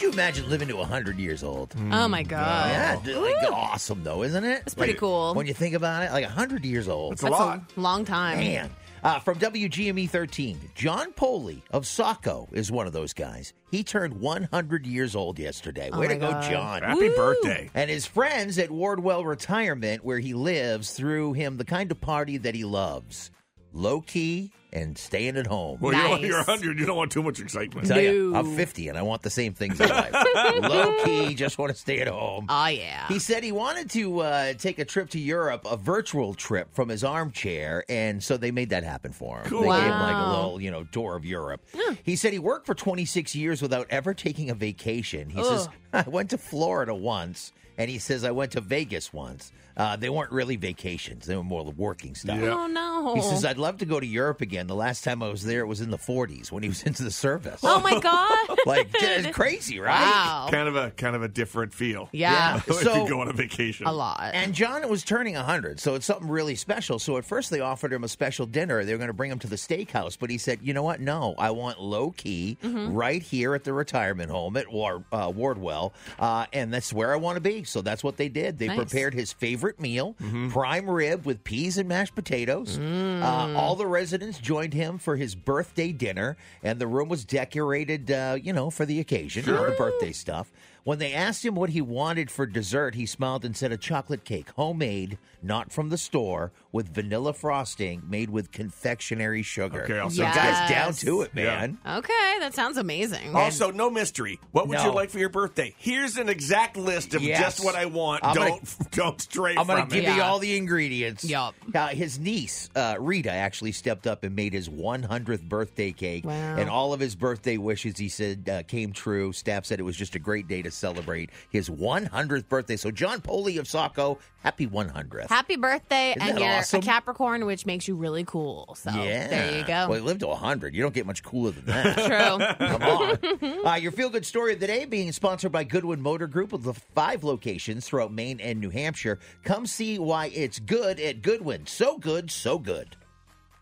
you imagine living to 100 years old? Mm. Oh my god. Mm, Yeah, dude, like, awesome though, isn't it? It's pretty cool. When you think about it, like 100 years old. It's a lot. long time. Man. Uh, from WGME 13, John Poley of Saco is one of those guys. He turned 100 years old yesterday. Way Oh my to go, God. John. Happy birthday. And his friends at Wardwell Retirement, where he lives, threw him the kind of party that he loves low key and staying at home. Well, Nice. you're, you're 100. You don't want too much excitement. Tell you, Boo. I'm 50 and I want the same things in life. Low key, just want to stay at home. Oh yeah. He said he wanted to uh, take a trip to Europe, a virtual trip from his armchair, and so they made that happen for him. They Wow. gave him like a little, you know, tour of Europe. He said he worked for 26 years without ever taking a vacation. He says, I went to Florida once, and he says, I went to Vegas once. Uh, they weren't really vacations, they were more working stuff. Yeah. oh no. He says, I'd love to go to Europe again. The last time I was there, it was in the 40s when he was into the service. oh my god. Like, just crazy, right? wow. Kind of a kind of a different feel. Yeah. if So- you go on a vacation. A lot. And John was turning 100, so it's something really special. So at first they offered him a special dinner. They were going to bring him to the steakhouse, but he said, you know what? No, I want low key right here at the retirement home at War- uh, Wardwell, uh, and that's where I want to be. So that's what they did. They Nice. prepared his favorite meal, Mm-hmm. prime rib with peas and mashed potatoes. Mm. Uh, all the residents joined him for his birthday dinner, and the room was decorated, uh, you know, for the occasion, all the birthday stuff. When they asked him what he wanted for dessert, he smiled and said a chocolate cake, homemade, not from the store, with vanilla frosting, made with confectionery sugar. Okay, I'll so say- guys down Yes. to it, Yeah. man. Okay, that sounds amazing. Also, no mystery. What would you No. like for your birthday? Here's an exact list of Yes. just what I want. I'm gonna- don't don't stray I'm from going to give it. Yeah. you all the ingredients. Yup. Uh, his niece, uh, Rita, actually stepped up and made his 100th birthday cake. Wow. And all of his birthday wishes, he said, uh, came true. Staff said it was just a great day to celebrate his 100th birthday. So, John Poley of Saco, happy 100th. Happy birthday, Isn't and that you're awesome? a Capricorn, which makes you really cool. So yeah. oh, there you go. Well, he lived to 100. You don't get much cooler than that. True. Come on. Uh, your feel good story of the day being sponsored by Goodwin Motor Group with the five locations throughout Maine and New Hampshire. Come see why it's good at Goodwin. So good, so good.